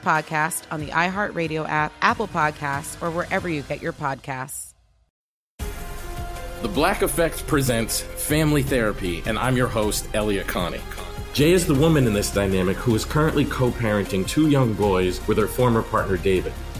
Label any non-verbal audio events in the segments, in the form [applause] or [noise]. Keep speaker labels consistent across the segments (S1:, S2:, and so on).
S1: podcast on the iHeartRadio app, Apple Podcasts, or wherever you get your podcasts.
S2: The Black Effect presents Family Therapy, and I'm your host, Elliot Connie. Jay is the woman in this dynamic who is currently co parenting two young boys with her former partner, David.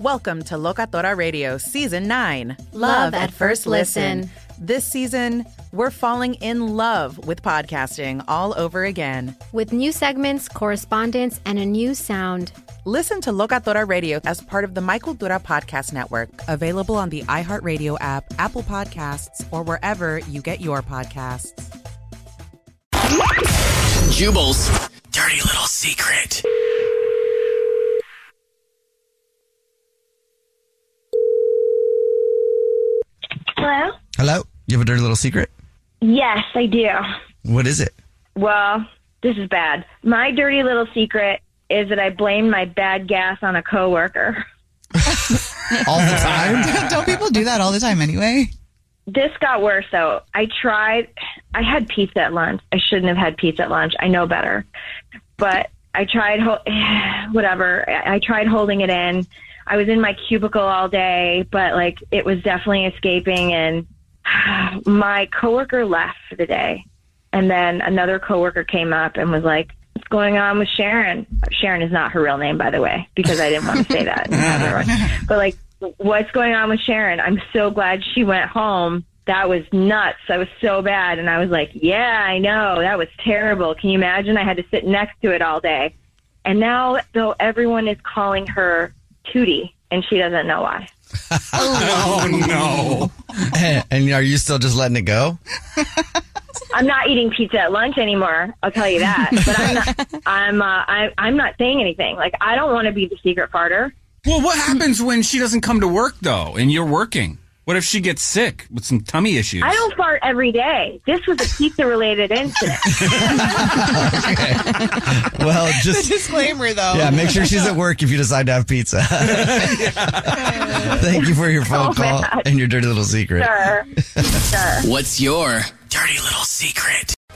S1: Welcome to Locatora Radio Season 9
S3: Love at First Listen.
S1: This season, we're falling in love with podcasting all over again.
S3: with new segments, correspondence, and a new sound.
S1: Listen to Locatora Radio as part of the Michael Dura Podcast Network, available on the iHeartRadio app, Apple Podcasts, or wherever you get your podcasts.
S4: Jubal's dirty little secret.
S5: Hello?
S6: Hello? You have a dirty little secret?
S5: Yes, I do.
S6: What is it?
S5: Well, this is bad. My dirty little secret is that I blamed my bad gas on a coworker.
S6: All the
S7: [laughs]
S6: time?
S7: Don't people do that all the time anyway?
S5: This got worse though. I tried I had pizza at lunch. I shouldn't have had pizza at lunch. I know better. But I tried ho- [sighs] whatever. I I tried holding it in. I was in my cubicle all day, but like it was definitely escaping and [sighs] my coworker left for the day. And then another coworker came up and was like, "What's going on with Sharon?" Sharon is not her real name, by the way, because I didn't want to say that. and have everyone- but like, what's going on with Sharon? I'm so glad she went home. That was nuts. I was so bad, and I was like, "Yeah, I know. That was terrible. Can you imagine? I had to sit next to it all day." And now, though, everyone is calling her Tootie, and she doesn't know why.
S6: and, and are you still just letting it go?
S5: I'm not eating pizza at lunch anymore. I'll tell you that. But I'm not. I'm. Uh, I, I'm not saying anything. Like I don't want to be the secret farter.
S8: Well, what happens when she doesn't come to work though, and you're working? What if she gets sick with some tummy issues?
S5: I
S6: [laughs]
S5: don't fart every day. This was a pizza-related incident. [laughs]
S6: Well, just.
S7: Disclaimer though.
S6: Yeah, make sure she's at work if you decide to
S5: [laughs]
S6: have pizza. [laughs] Thank you for your phone call
S5: Oh, man.
S6: and your dirty little secret.
S5: Sure. Sure.
S4: What's your dirty little secret?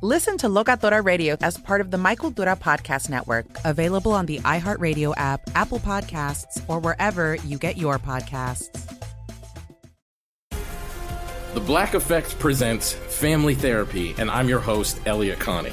S1: Listen to Locatora Radio as part of the Michael Dura Podcast Network, available on the iHeartRadio app, Apple Podcasts, or wherever you get your podcasts.
S2: The Black Effect presents Family Therapy, and I'm your host, Elliot Connie.